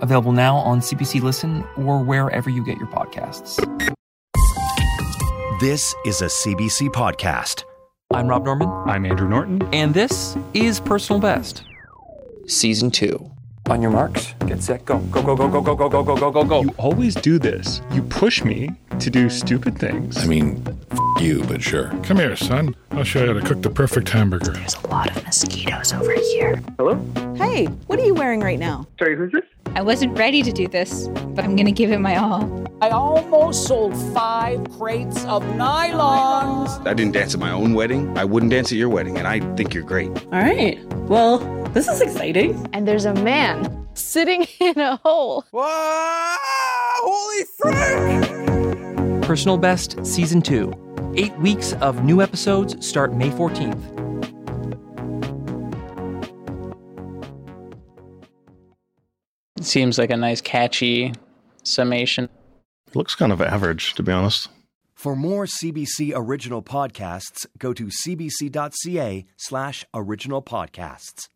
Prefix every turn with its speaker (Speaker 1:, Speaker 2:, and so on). Speaker 1: available now on CBC Listen or wherever you get your podcasts.
Speaker 2: This is a CBC podcast.
Speaker 1: I'm Rob Norman,
Speaker 3: I'm Andrew Norton.
Speaker 1: and this is Personal Best. Season 2. On your marks, get set, go. Go, go, go, go, go, go, go, go, go, go, go.
Speaker 3: You always do this. You push me to do stupid things.
Speaker 4: I mean, f- you, but sure.
Speaker 5: Come here, son. I'll show you how to cook the perfect hamburger.
Speaker 6: There's a lot of mosquitoes over here.
Speaker 7: Hey, what are you wearing right now?
Speaker 8: Sorry, who's this?
Speaker 9: I wasn't ready to do this, but I'm going to give it my all.
Speaker 10: I almost sold five crates of nylons.
Speaker 4: I didn't dance at my own wedding. I wouldn't dance at your wedding, and I think you're great.
Speaker 11: All right. Well, this is exciting.
Speaker 6: And there's a man sitting in a hole.
Speaker 1: Personal Best Season 2. Eight weeks of new episodes start May 14th.
Speaker 12: Seems like a nice, catchy summation.
Speaker 3: looks kind of average, to be honest.
Speaker 2: For more CBC original podcasts, go to cbc.ca slash original podcasts.